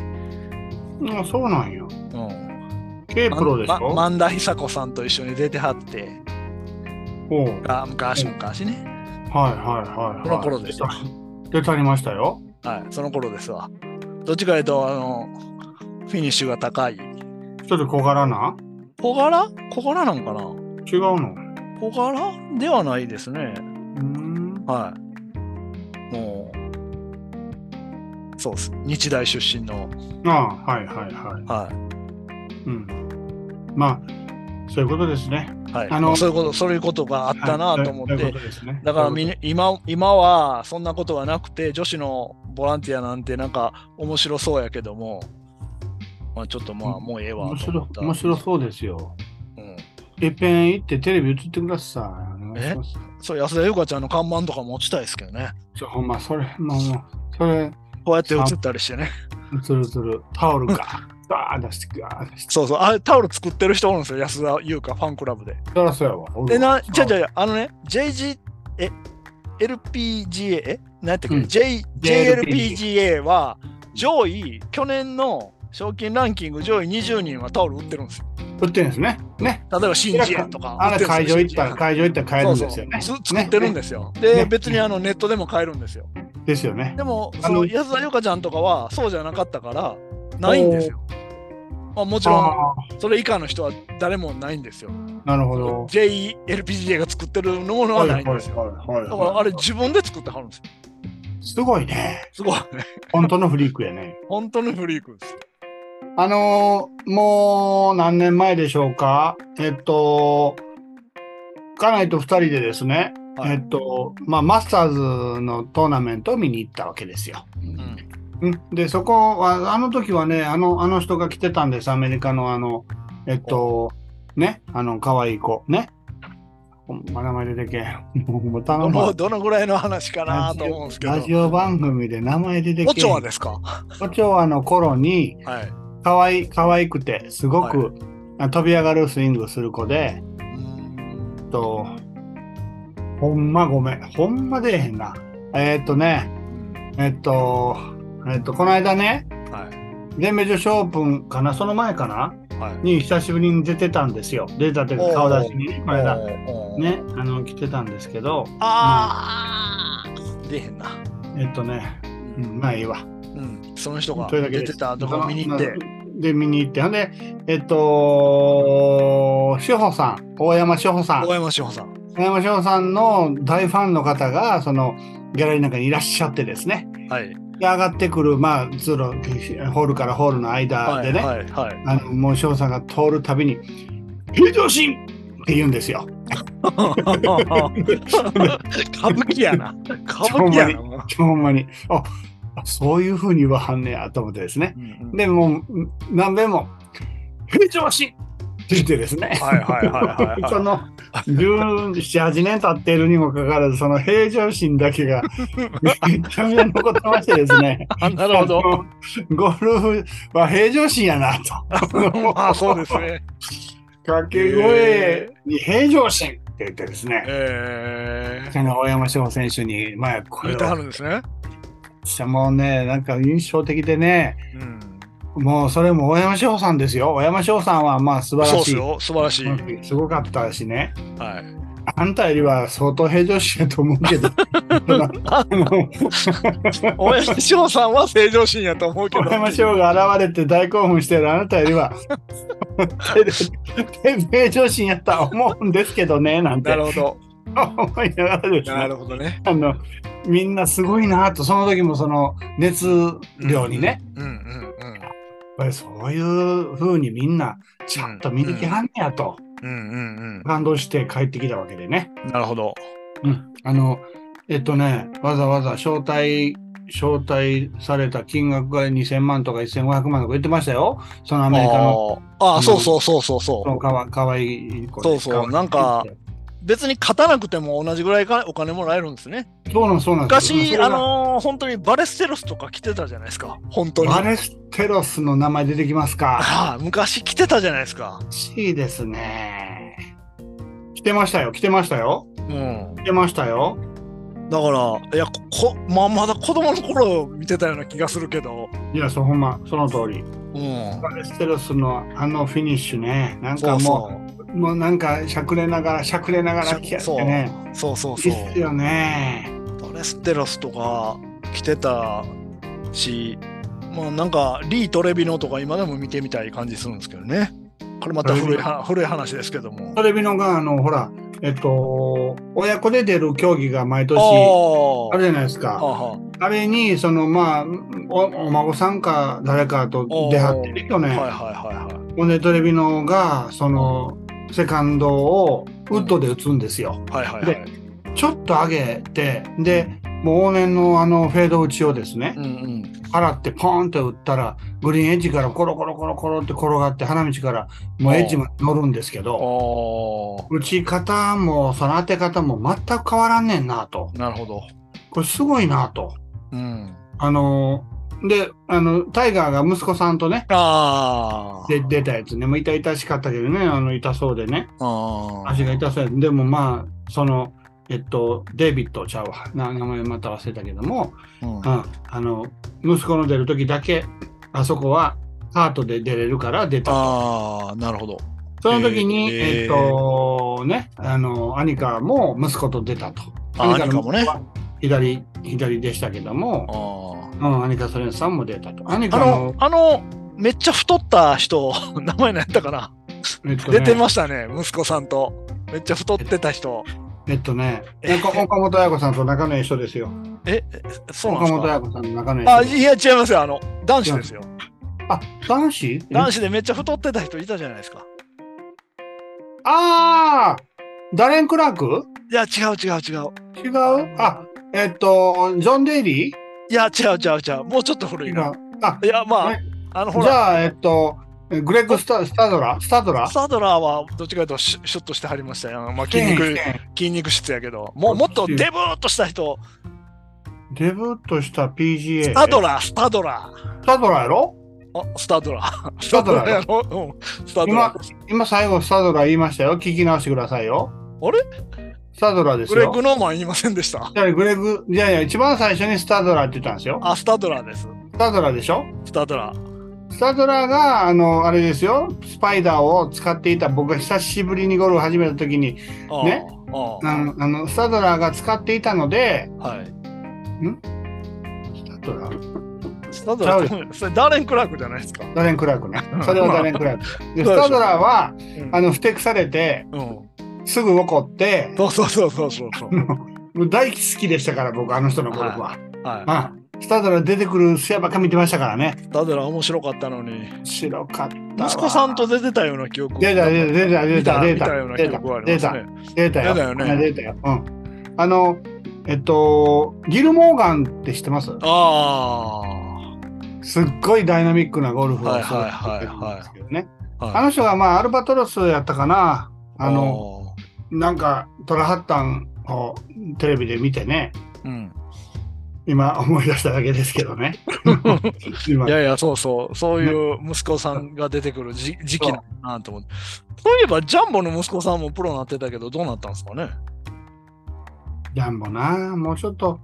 んそうなんよ。うん。 K プロでしまょ、ま万田久子さんと一緒に出てはって、おうが昔昔ね。はいはいはい、はい。この頃ですよ出たりましたよ。はい。その頃ですわ。どっちかというと、あの、フィニッシュが高い。ちょっと小柄な小柄小柄なんかな違うの小柄ではないですね。うんはい。もう、そうです。日大出身の、ああはいはいはい。はうん、まあそういうことですね。い。はい、あのそういうこと、そういうことがあったなと思って、はいそういうことですねだからそうみいんうこな今今はそんなことがなくて、女子のボランティアなんてなんか面白そうやけども、まあ、ちょっとまあうんもうええとわ面と白思った。面白そうですよ。うん、いっぺん行ってテレビ映ってください。お願いしますそう安田優香ちゃんの看板とか持ちたいですけどね。ちょほんまそれもうもうそれこうやって映ったりしてね。つるつるタオル がバーッ出してガーッ出して。そうそう。あれタオル作ってる人おるんですよ。安田優香ファンクラブで。そらそうやわ。おるえ、わな、じゃじゃあのね、JG、え、LPGA、え、なんていううんか、J、 JLPGA JLPGA は上位、去年の賞金ランキング上位20人はタオル売ってるんですよ。売ってるんですね。ね。例えば、シンジエとか。あれ会場行ったらら会場行ったら買えるんですよね。そうそうつ作ってるんねですよ。ねで、別にあのネットでも買えるんですよ。ですよね。でも、あそのの安田優香ちゃんとかはそうじゃなかったから、ないんですよ。まあ、もちろあん、それ以下の人は誰もないんですよ。あなるほど。 JLPGA が作ってるものはないんですよ。はいはいはいはいだからあれ自分で作ってはるんですよ。すごいね。す ごいね。本当のフリークやね。本当のフリークです。あのーもう何年前でしょうか。えっと、家内と2人でですね、はいえっと、まあ、マスターズのトーナメントを見に行ったわけですよ。うん。うんで、そこは、あの時はね、あの、あの人が来てたんです、アメリカのあの、えっと、ね、あの、可愛い子、ね。ほんま名前出てけへん。 もう頼むもわうどのぐらいの話かなと思うんですけどラ。ジオ番組で名前出てけへん。オチョはですかはオチョアの頃に、い。かわい可愛くてすごく、あ飛び上がるスイングする子でうんとほんまごめん。ほんま出えへんな。えーっとね、えっと、えっと、この間ね、は。全米女子オープンかな、その前かないはい。に久しぶりに出てたんですよ。出たというか顔出しにね、この間。おー。ね、あの、来てたんですけど、ああ出へんな。えっとね、うん、まあいいわ。うん。その人がそれだけ出ですてたとこ見に行って。。で、見に行って。ほんで、えっと、志保さん、大山志保さん、大大山志保さん。山志保さんの大ファンの方が、その、ギャラリーの中にいらっしゃってですね。はい。で、上がってくる、まあ、通路、ホールからホールの間はでい。ね、はい。はい。 あのもう志保さんが通るたびに、平常心って言うんですよ。歌舞伎やな。歌舞伎やな。ほんまに。あ、あそういうふうに言わはんねやと思ってですね。うんで、もう、何べんも、平常心って言ってですね。はいはいはいはいはい。 その1718年経っているにもかかわらずその平常心だけがめちゃめちゃ残ってましてですねあなるほど。あのゴルフは平常心やなと まあそうですね。掛け声に平常心って言ってですねええその大山翔選手にまあー。これ言ってははるんですね。もうねなんか印象的でねうん。もうそれも大山翔さんですよ大山翔さんはまあ素晴そうらですしいよ。素晴らしい。はうんすごかったしねい。あんたよりは相当平常心やと思うけど。あの大山志保さんは正常心やと思うけど。小山翔が現れて大興奮してるあなたよりは平常心やったと思うんですけどねなんなてるほど。思いながらですなねるほどね。あのみんなすごいなとその時もその熱量にね、うんうんうん。やっぱりそういう風にみんなちゃんと見に来はんねやとうんうん感動して帰ってきたわけでね。うん。なるほど。うん、あのえっとねわざわざ招待招待された金額が2000万とか1500万とか言ってましたよそのアアメリカのあーあうー、んそうそうそうそうそそのかわかわいい子ですそうそうわいい子なんかう。別に勝たなくても同じぐらいかお金もらえるんですね。そうなんそうなんです昔、それがあのー本当にバレステロスとか来てたじゃないですか。本当に。バレステロスの名前出てきますかああ、昔来てたじゃないですか。欲しいですね来てましたよ来てましたようん。来てましたよだから、いや、こ、まあ、まだ子供の頃見てたような気がするけど。いやそうほんまその通りうん。バレステロスのあのフィニッシュねなんそかもううそもうなんかしゃくれながらしゃくれながら来やってねう。そうそういそ。いうっすよね。バレステロスとか来てたし、まあ、なんかリー・トレビノとか今でも見てみたい感じするんですけどね。これまた古いは古い話ですけども。テレビのが、あの、ほら、えっと、親子で出る競技が毎年ああるじゃないですあか。ああれに、その、まあ、おお孫さんか誰かと出はってるよあはいはいね。はいはほんで、トレビのが、その、セカンドをウッドで打つんですよ。い。はいはいはい。ちょっと上げて、で、もう往年のあのフェード打ちをですねう、んうん。払ってポーンと打ったら、グリーンエッジからコロコロコロコロって転がって、花道からもうエッジまで乗るんですけど、あ打ち方もその当て方も全く変わらんねんなとあ、なるほど。これすごいなと。うん。あのーであの、タイガーが息子さんとね、あで出たやつね、もう痛々しかったけどね、あの痛そうでね、あ。ああ。足が痛そうやで、でもまあ、その、えっと、デイビッドちゃうわ、な名前また忘れたけども、うんうん、あの息子の出る時だけ、あそこはハートで出れるから出た。ああ、なるほど。その時に、へーえっと、ね、あの、アニカも息子と出たと。あアニカもね。左、左でしたけども、あうん、アニカ・ソレンさんも出たと。アニあ。あのカも、、あの、めっちゃ太った人、 名前何やったかなえっとね、出てましたね、息子さんと。めっちゃ太ってた人。えっとね、なんか岡本彩子さんと仲のいい人ですよ。え、えそうなんです岡本か彩子さんと仲のいいあ、人です。いや、違いますよ。あの、男子ですよ。あ、男子男子でめっちゃ太ってた人いたじゃないですか。ああダレン・クラークいや、違う違う違う。違うあ、えっと、ジョン・デイリーいや、違う違う違う。もうちょっと古いな。あ、いや、まあね、あの、ほじら、ゃあ、えっと、グレッグ・スタスタドラスタドラスタドラーはどっちかというとシュシュッとしてはりましたよ。まあ、筋肉、筋肉質やけど、もうもっとデブーっとした人、デブーとした PGA。スタドラー、スタドラー。スタドラやろあ、スタドラー。ス タドラーやろうん、スタドラ今ー。、今最後スタドラ言いましたよ。聞き直してくださいよ。あれスタドラーですグレッよグ・。ノーマン言いませんでした。いやグレグ、いやいや、一番最初にスタドラーって言ったんですよ。あ、スタドラーです。スタドラーでしょスタドラー。スタドラーが、あの、あれですよ、スパイダーを使っていた、僕が久しぶりにゴルフ始めた時に、あーねああの、あのスタドラーが使っていたので、ーはい。スタドラースタドラー、それダーレン・クラークじゃないですか。ダレン・クラークねうん。それはダレン・クラー ク。でそスうでしょタドラーは、うんあの、ふてくされて、うん。すぐ怒って、そうそうそうそうそう そう。もう大好きでしたから、僕、あの人のゴルフは。はあスタドラー出てくる艶ばっか見てましたからねい。。スタドラー面白かったのに。白かったわ。息子さんと出てたような記憶。出た出た出た出見た見た出たたような記出た憶があり出ますたね。出たよ出たよねあ出たようんあのえっとギルモーガンって知ってますあすっごいダイナミックなゴルフをはすいるはいはいはい人なんですけどねあ。はいあの人がまあアルバトロスやったかなあのの、なんかトラハッタンをテレビで見てねうん。今思い出しただけですけ どね今いやいや、そうそう、そういう息子さんが出てくる 時時期なんだなと思って。そういえば、ジャンボの息子さんもプロになってたけど、どうなったんですかね。ジャンボなもうちょっと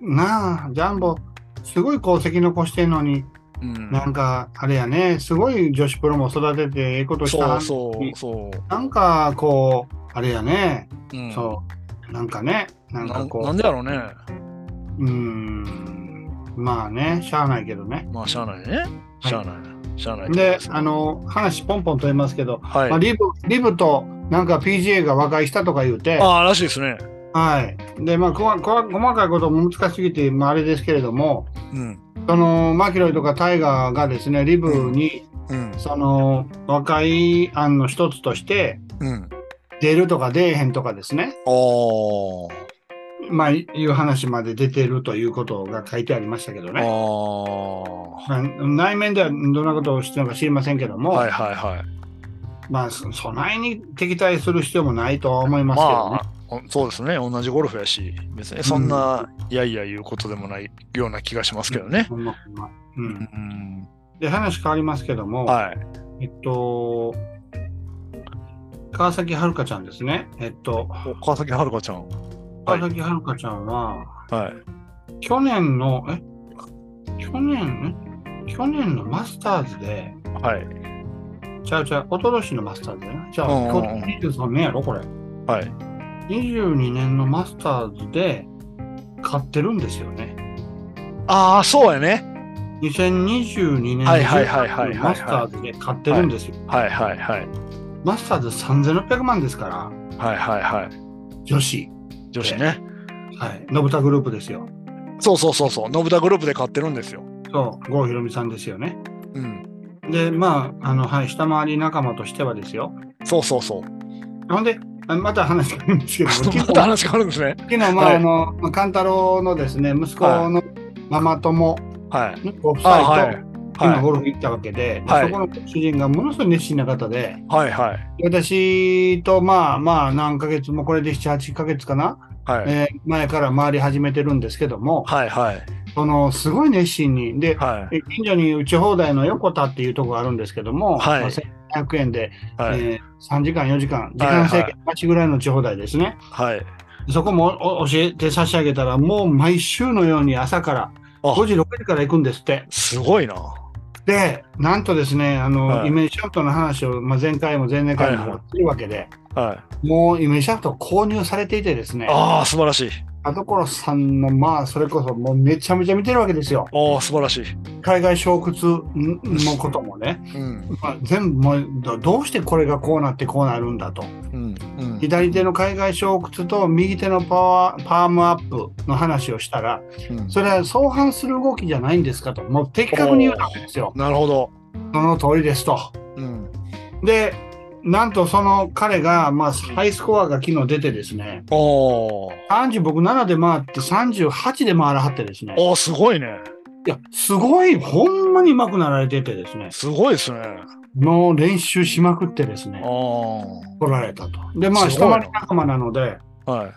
なあジャンボすごい功績残してんのにうん。なんかあれやね、すごい女子プロも育ててええことしたそはんうそうそなんかこう、あれやね、う。うん、そう、なんかね、なんなかんこなう、んでやろうね。うーん、まあね、しゃあないけどね。まあ、しゃあないね。しゃあない。しゃあない。で、あ、の、話ポンポンと言いますけど、はい。まあ、リブリブとなんか PGA が和解したとか言うて、ああ、らしいですね。はい。で、まあ、こわこわ細かいことも難しすぎて、まあ、あれですけれども、うん。そのマキロイとかタイガーがですね、リブに、うん。その和解案の一つとして、うん。出るとか出えへんとかですね、おー。まあ、いいう話まで出てるということが書いてありましたけどあね、あ。まあ内面ではどんなことをしてるのか知りませんけども、はいはいはい。まあ、そそないに敵対する必要もないとは思いますけどねま。あ、そうですね。同じゴルフやし、別にそんな、いやいや言うことでもないような気がしますけどね。ほんまほんまう、うんん。で話変わりますけども、はい。えっと、川崎遥ちゃんですね、えっと、お川崎遥ちゃん。はい川崎遥ちゃんは、はい。去年の、え去年、え去年のマスターズで、はい。ちゃうちゃう、おととしのマスターズやな。じゃうあ、んうん今うん日23年やろ、これ。はい。 22年のマスターズで買ってるんですよね。ああ、そうやね。 2022年のはいはいはいはいはいはいマスターズで買ってるんですよ。はいはいはい。マスターズ3600万ですから、はいはいはい。女子。女子ね。はい。信田グループですよ。そうそうそうそう。信田グループで買ってるんですよ。そう、郷ひろみさんですよね。うん。で、まあ、あの、はい、下回り仲間としてはですよ。そうそう そう。ほんで、あまた話があるんですけども、 ま昨た日、話変わるんですね。昨日まあ、はいあの、まあ勘太郎のですね、息子のママ友、はい。ごあ夫妻と、はい。今はゴルフ行ったわけで、ではいそこの主人がものすごい熱心な方で、い。はいはい。私とまあまあ何ヶ月もこれで7、8ヶ月かな、はい。えー前から回り始めてるんですけども、はいはい。そのすごい熱心に、で、はい。え近所に打ち放題の横田っていうところがあるんですけども、はいまあ1500円で、はい。えー3時間、4時間、時間制はい限なしぐらいの打ち放題ですね。はい。そこもお教えて差し上げたら、もう毎週のように朝から、あ5時、6時から行くんですって。すごいな。で、なんとですね、あの、はいイメージシャフトの話を、まあ、前回も前々回はいはもいするわけで、はい。もうイメージシャフトを購入されていてですね、ああ、素晴らしい。田所さんの、まあ、それこそもうめちゃめちゃ見てるわけですよ。ああ、素晴らしい。海外小屈んのこともね、うん。まあ、全部もうど、どうしてこれがこうなってこうなるんだと。うん。うん。左手の海外小屈と右手のパワーパームアップの話をしたら、うんそれは相反する動きじゃないんですかと、もう的確に言うわけですよ。なるほど。その通りですと。うん。で、なんとその彼が、まあ、ハイスコアが昨日出てですね、おー30僕7で回って38で回らはってですね、おー、すごいね。いや、すごい、ほんまに上手くなられててですね、すごいですね。もう練習しまくってですね、お来られたと。で、まあ、すご下いな回り仲間なので、ーは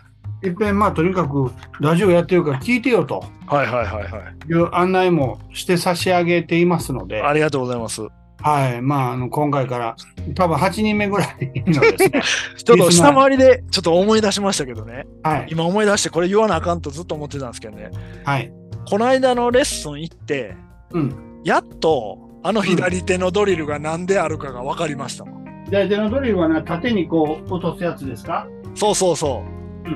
い。いっぺん、まあ、とにかくラジオやってるから聞いてよとはいはいはいはい。いう案内もして差し上げていますので、ありがとうございます。はい。まあ、あの、今回から、多分8人目ぐらいのです ね。ちょっと下回りでちょっと思い出しましたけどね、はい。今思い出してこれ言わなあかんとずっと思ってたんですけどね、はい。この間のレッスン行って、うん。やっとあの左手のドリルが何であるかが分かりましたもん。左手のドリルはな、縦にこう、落とすやつですかそうそうそう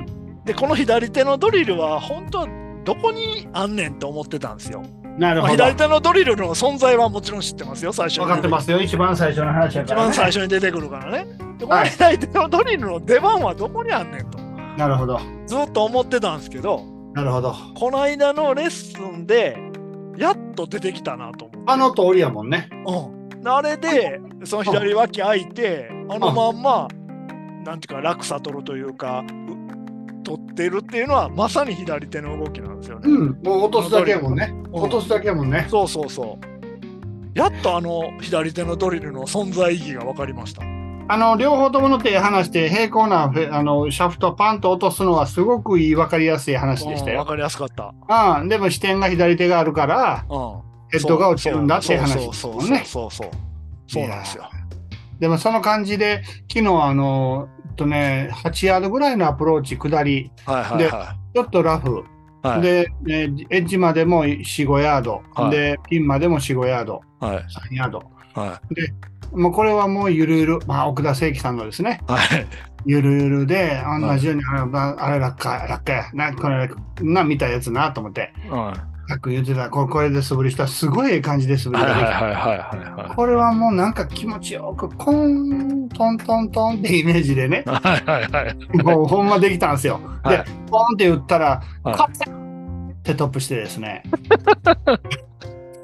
う。で、この左手のドリルは本当はどこにあんねんと思ってたんですよ。なるまあほど。左手のドリルの存在はもちろん知ってますよ、最初に分かってますよ。一番最初の話や一から、番ね。最初に出てくるからね。で、こはのい左手のドリルの出番はどこにあんねんと、なるほど。ずっと思ってたんですけど、なるほど。この間のレッスンで、やっと出てきたなとあの通りやもんね。うん、あれでその左脇空いてあのまんまなんていうか落差取るというかう取ってるっていうのはまさに左手の動きなんですよね。ううんん。もう落とすだけやもんね。落とすだけやもんね。そうそうそう。やっとあの左手のドリルの存在意義が分かりました。あの両方ともの手離して平行なフェあのシャフトパンと落とすのはすごくいい分かりやすい話でした分よ。かりやすかった。ああでも視点が左手があるからうん、ヘッドが落ちるんだっていう話そでうすそもうそうそんうね。そうそう。そうなんですよ。でもその感じで昨日あのえっとね8ヤードぐらいのアプローチ下りはいはいはちょっとラフ、い。はいで、えーエッジまでも45ヤード、はいでピンまでも45ヤードはい3ヤードはもうこれはもうゆるゆる、まあ、奥田誠樹さんのですねいはい。ゆるゆるで、あんはない順に、あれ、あれ落下、落下や、な、これ、な、見たやつなと思って、はいかっく言ってた、これ、これで素振りしたら、すごいええ感じで素振りはいができはいた。はいはいはい。これはもうなんか気持ちよく、コン、トントントンってイメージでね、はいはいはい。 もうほんまできたんですよ。はでい、ポンって打ったら、はいカツンってトップしてですね。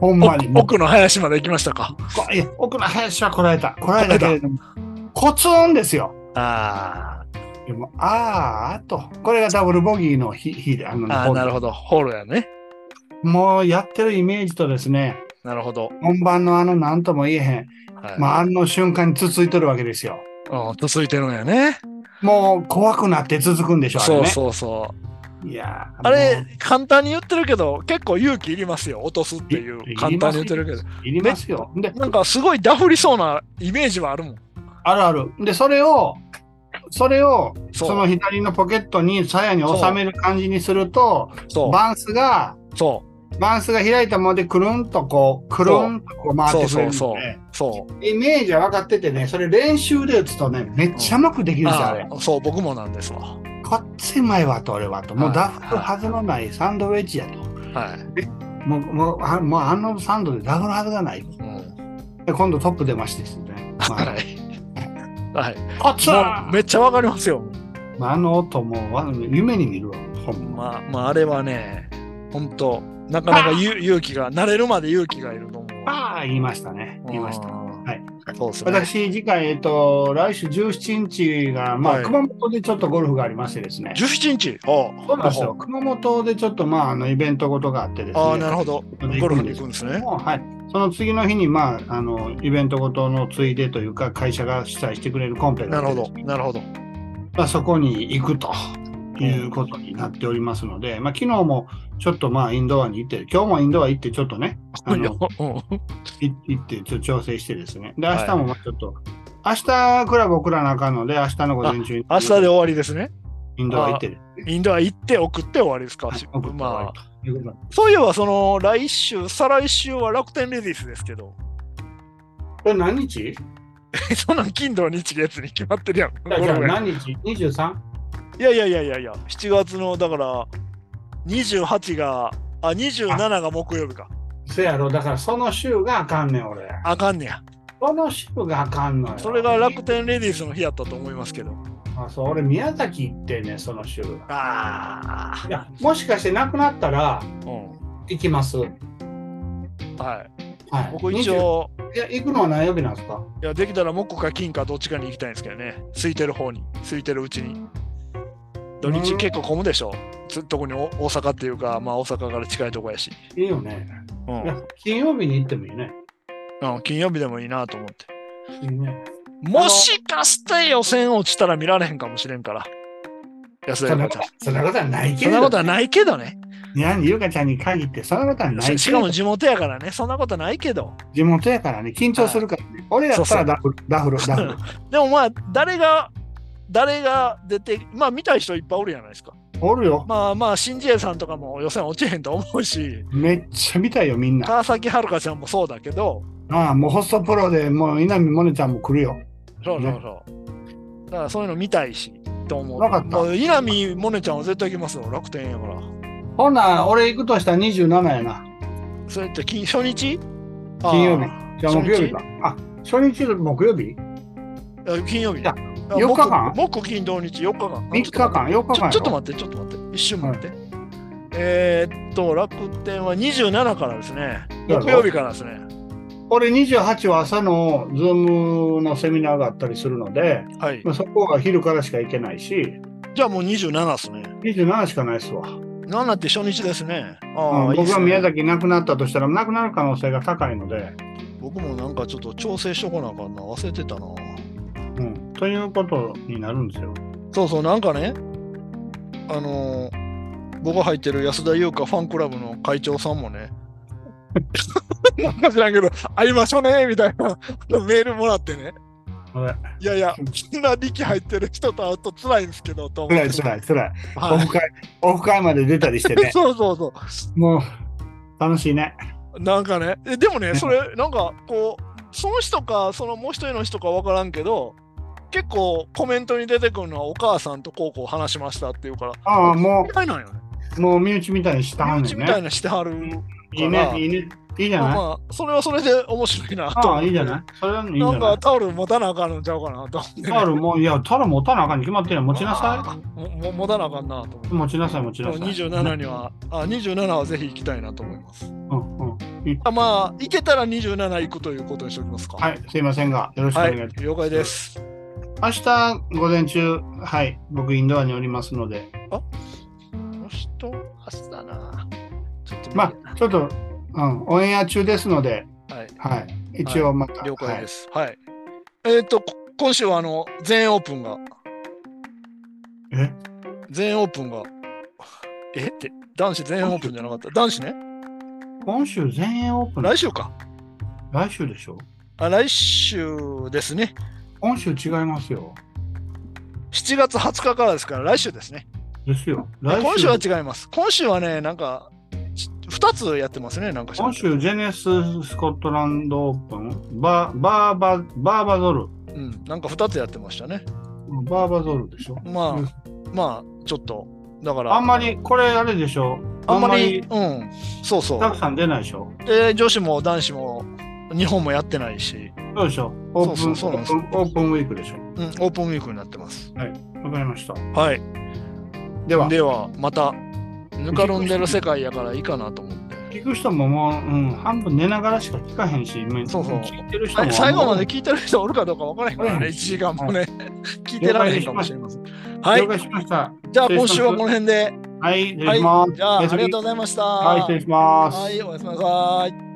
ほんまに、奥奥の林まで行きましたか。こいや奥の林はこらえた。こらえたけれども、コツンですよ。あでもあーあと、これがダブルボギーの日、日で、あの、ーあー、ボギーなるほど。ホールやね。もうやってるイメージとですね、なるほど。本番のあの何とも言えへん、はい。まあ、あの瞬間に続いとるわけですよ。うん、続いてるんやね。もう怖くなって続くんでしょ、あれそうね。そうそう。いやーあれも、簡単に言ってるけど、結構勇気いりますよ。落とすっていうい。簡単に言ってるけど。ういりますよ。で、なんかすごいダフりそうなイメージはあるもん。あるある。で、それを、それを、そそうの左のポケットに、鞘に収める感じにすると、そバンスが、う。そう。バンスが開いたままでくるんとこう、くるんとこう回ってくれるんで。そうそうそう。イメージは分かっててね、それ練習で打つとね、めっちゃうまくできるんですよ、ああれ。ーそう、僕もなんですわ。こっちうまいわと俺はと。もはういダフるはずのないサンドウェッジやと。はい。もうもうあもうあのサンドでダフるはずがない。うんで今度トップ出ましてです ね。まあ、はい。はい。こっちはもうめっちゃわかりますよ。まああの音もわ夢に見るわ。ほんま。まあ、まあ、あれはね、本当なかなかゆ勇気が、慣れるまで勇気がいると思う。ああ、言いましたね。言いました。はいい。そうですね。私、次回、えっと、来週17日が、まあ、はい熊本でちょっとゴルフがありましてですね。 17日。ああそうなんですよ。熊本でちょっと、まあ、あの、イベントごとがあってですね。ああ、なるほど。ゴルフに行くんですね。もうはい、その次の日に、まあ、あのイベントごとのついでというか会社が主催してくれるコンペながあるっほてですど。なるほど。まあ、そこに行くということになっておりますので、まあ、昨日もちょっとまあインドアに行って今日もインドア行ってちょっとねあいやの うんい行ってちょ調整してですねでは明い日もまあちょっと、明日クラブ送らなあかんので明日の午前中に明日で終わりですね。インドア行ってですインドア行って送って終わりですかはい。送って終わまりあ、ということなんでそういえば、その、来週、再来週は楽天レディースですけど、 これ何日そんなん金土日月に決まってるやん。ゴじゃルあフが何日 ?23? いやいやいやいやいや、7月の、だから、28が、あ、27が木曜日か。せやろだからその週があかんねん俺。あかんねや。この週があかんのよ。それが楽天レディースの日やったと思いますけど。あそう俺、宮崎行ってね、その週。いああ。や、もしかしてなくなったらうん。行きます。はい。はい。僕一20。応、いや、行くのは何曜日なんですかいや、できたら木か金かどっちかに行きたいんですけどね。空いてる方に、空いてるうちに。土日うん結構混むでしょ。つ特にお大阪っていうか、まあ大阪から近いとこやし。いいよね。ういやん。、金曜日に行ってもいいね。うん、金曜日でもいいなと思って。いいね。もしかして予選落ちたら見られへんかもしれんから。安田そん山なちこゃんと。そんなことはないけそれんど。なことはないけどね。何ゆかちゃんに限ってそんなことはないけどししかも地元やからね、そんなことないけど。地元やからね緊張するからね、俺やったらダフルダ フルダフルでもまあ、誰が、誰が出て、まあ見たい人いっぱいおるじゃないですか。おるよまあまあ、新次元さんとかも予選落ちへんと思うし、めっちゃ見たいよみんな川崎遥香ちゃんもそうだけど、ああもうホストプロでもう稲見萌寧ちゃんも来るよそうそうそう。だからそういうの見たいし、と思う。わかったもう稲見萌寧ちゃんは絶対行きますよ、楽天やから。ほな俺行くとしたら27やなそれって金初日金曜日あじゃあ木曜日かあ初日木曜日ー金曜日。いやあ4日間木木金土日4日間。 3日間4日間ちょやちょっとろ待って、ちょっと待って、一瞬待って。えーっと、楽天は27からですね。やろ木曜日からですね。俺28は朝のズームのセミナーがあったりするのではい。まあそこは昼からしか行けないしじゃあもう27ですね。 27しかないっすわ、 7って初日ですね。うんああ、いいっ僕すはね宮崎なくなったとしたらなくなる可能性が高いので、僕もなんかちょっと調整しとこなあかんな。忘れてたな。うん、ということになるんですよそうそう、なんかね、あのー僕が入ってる安田優香ファンクラブの会長さんも ね、なんか知らんけど、会いましょうね、みたいな メールもらってね、これいやいや、そんな力入ってる人と会うと辛いんですけど、と思辛っいて。辛い辛いはオいフ会オフ会まで出たりして ねそうそうそもう楽しいねう。なんかね、えでもね、ねそれ、なんかこう、その人か、そのもう一人の人か分からんけど、結構コメントに出てくるのはお母さんとこうこう話しましたっていうから、ああもみたいなんよね。うもう身内みたいにしたはんうねちんみたねいなしてはる。いいねいいねいいじゃない、まあまあ、それはそれで面白いなと思あっあて。いいじゃないそれはいいんじなゃんなかいタオル持たなあかんのちゃうかなと思ってね、タオルもういやタオル持たなあかんに決まってるやん持ちなさい。もも持たなあかんなと思ってい。持ちなさい持ちなさい27には、あ、27はぜひ行きたいなと思います。うんうんあまあ、行けたら27行くということにしておきますか。はいすいませんがよろしくおは願いい、いたします了解です。明日午前中、はい、僕インドアにおりますので、明日、明日な。ちょっとまあ、ちょっと、うん、オンエア中ですので、はい、はい、一応また、。了解ですす。はい。えっ、と、こ今週はあの、全英オープンが、え、全英オープンが、えって、男子全英オープンじゃなかった。男子ね、今週全英オープン、来来週か。週でしょあ来週ですね。今週違いますよ。 7月20日からですから、来週ですね。ですよ。来今週は違います。今週はね、なんか、2つやってますね、なんか知らん今けど。週、ジェネススコットランドオープン、ババーババーバゾル、うん、なんか2つやってましたね。バーバゾルでしょ。まうんあ、まあ、ちょっと、だから、あんまり、これあれでしょ。あんまり、うん、そうそたくう。さん出ないでしょ。で、女子も男子も、日本もやってないし、そうでしょ。オープそン、うそうそうなんですオープンオープンウィークでしょ。うん、オープンウィークになってます。わかりました。はい。では。では、また、ぬかるんでる世界やからいいかなと思って。聞く人ももう、うん、半分寝ながらしか聞かへんし、もそうそう聞いてる人もはい、最後まで聞聞いてる人おるかどうかわからへんからね、うん1時間もね、聞いてられへんかもしれません。はい了。解しました。じゃあ今週はこの辺で。はい、失は礼い。します。じゃあありがとううございました。はい、失礼します。はい、おやすみなさい。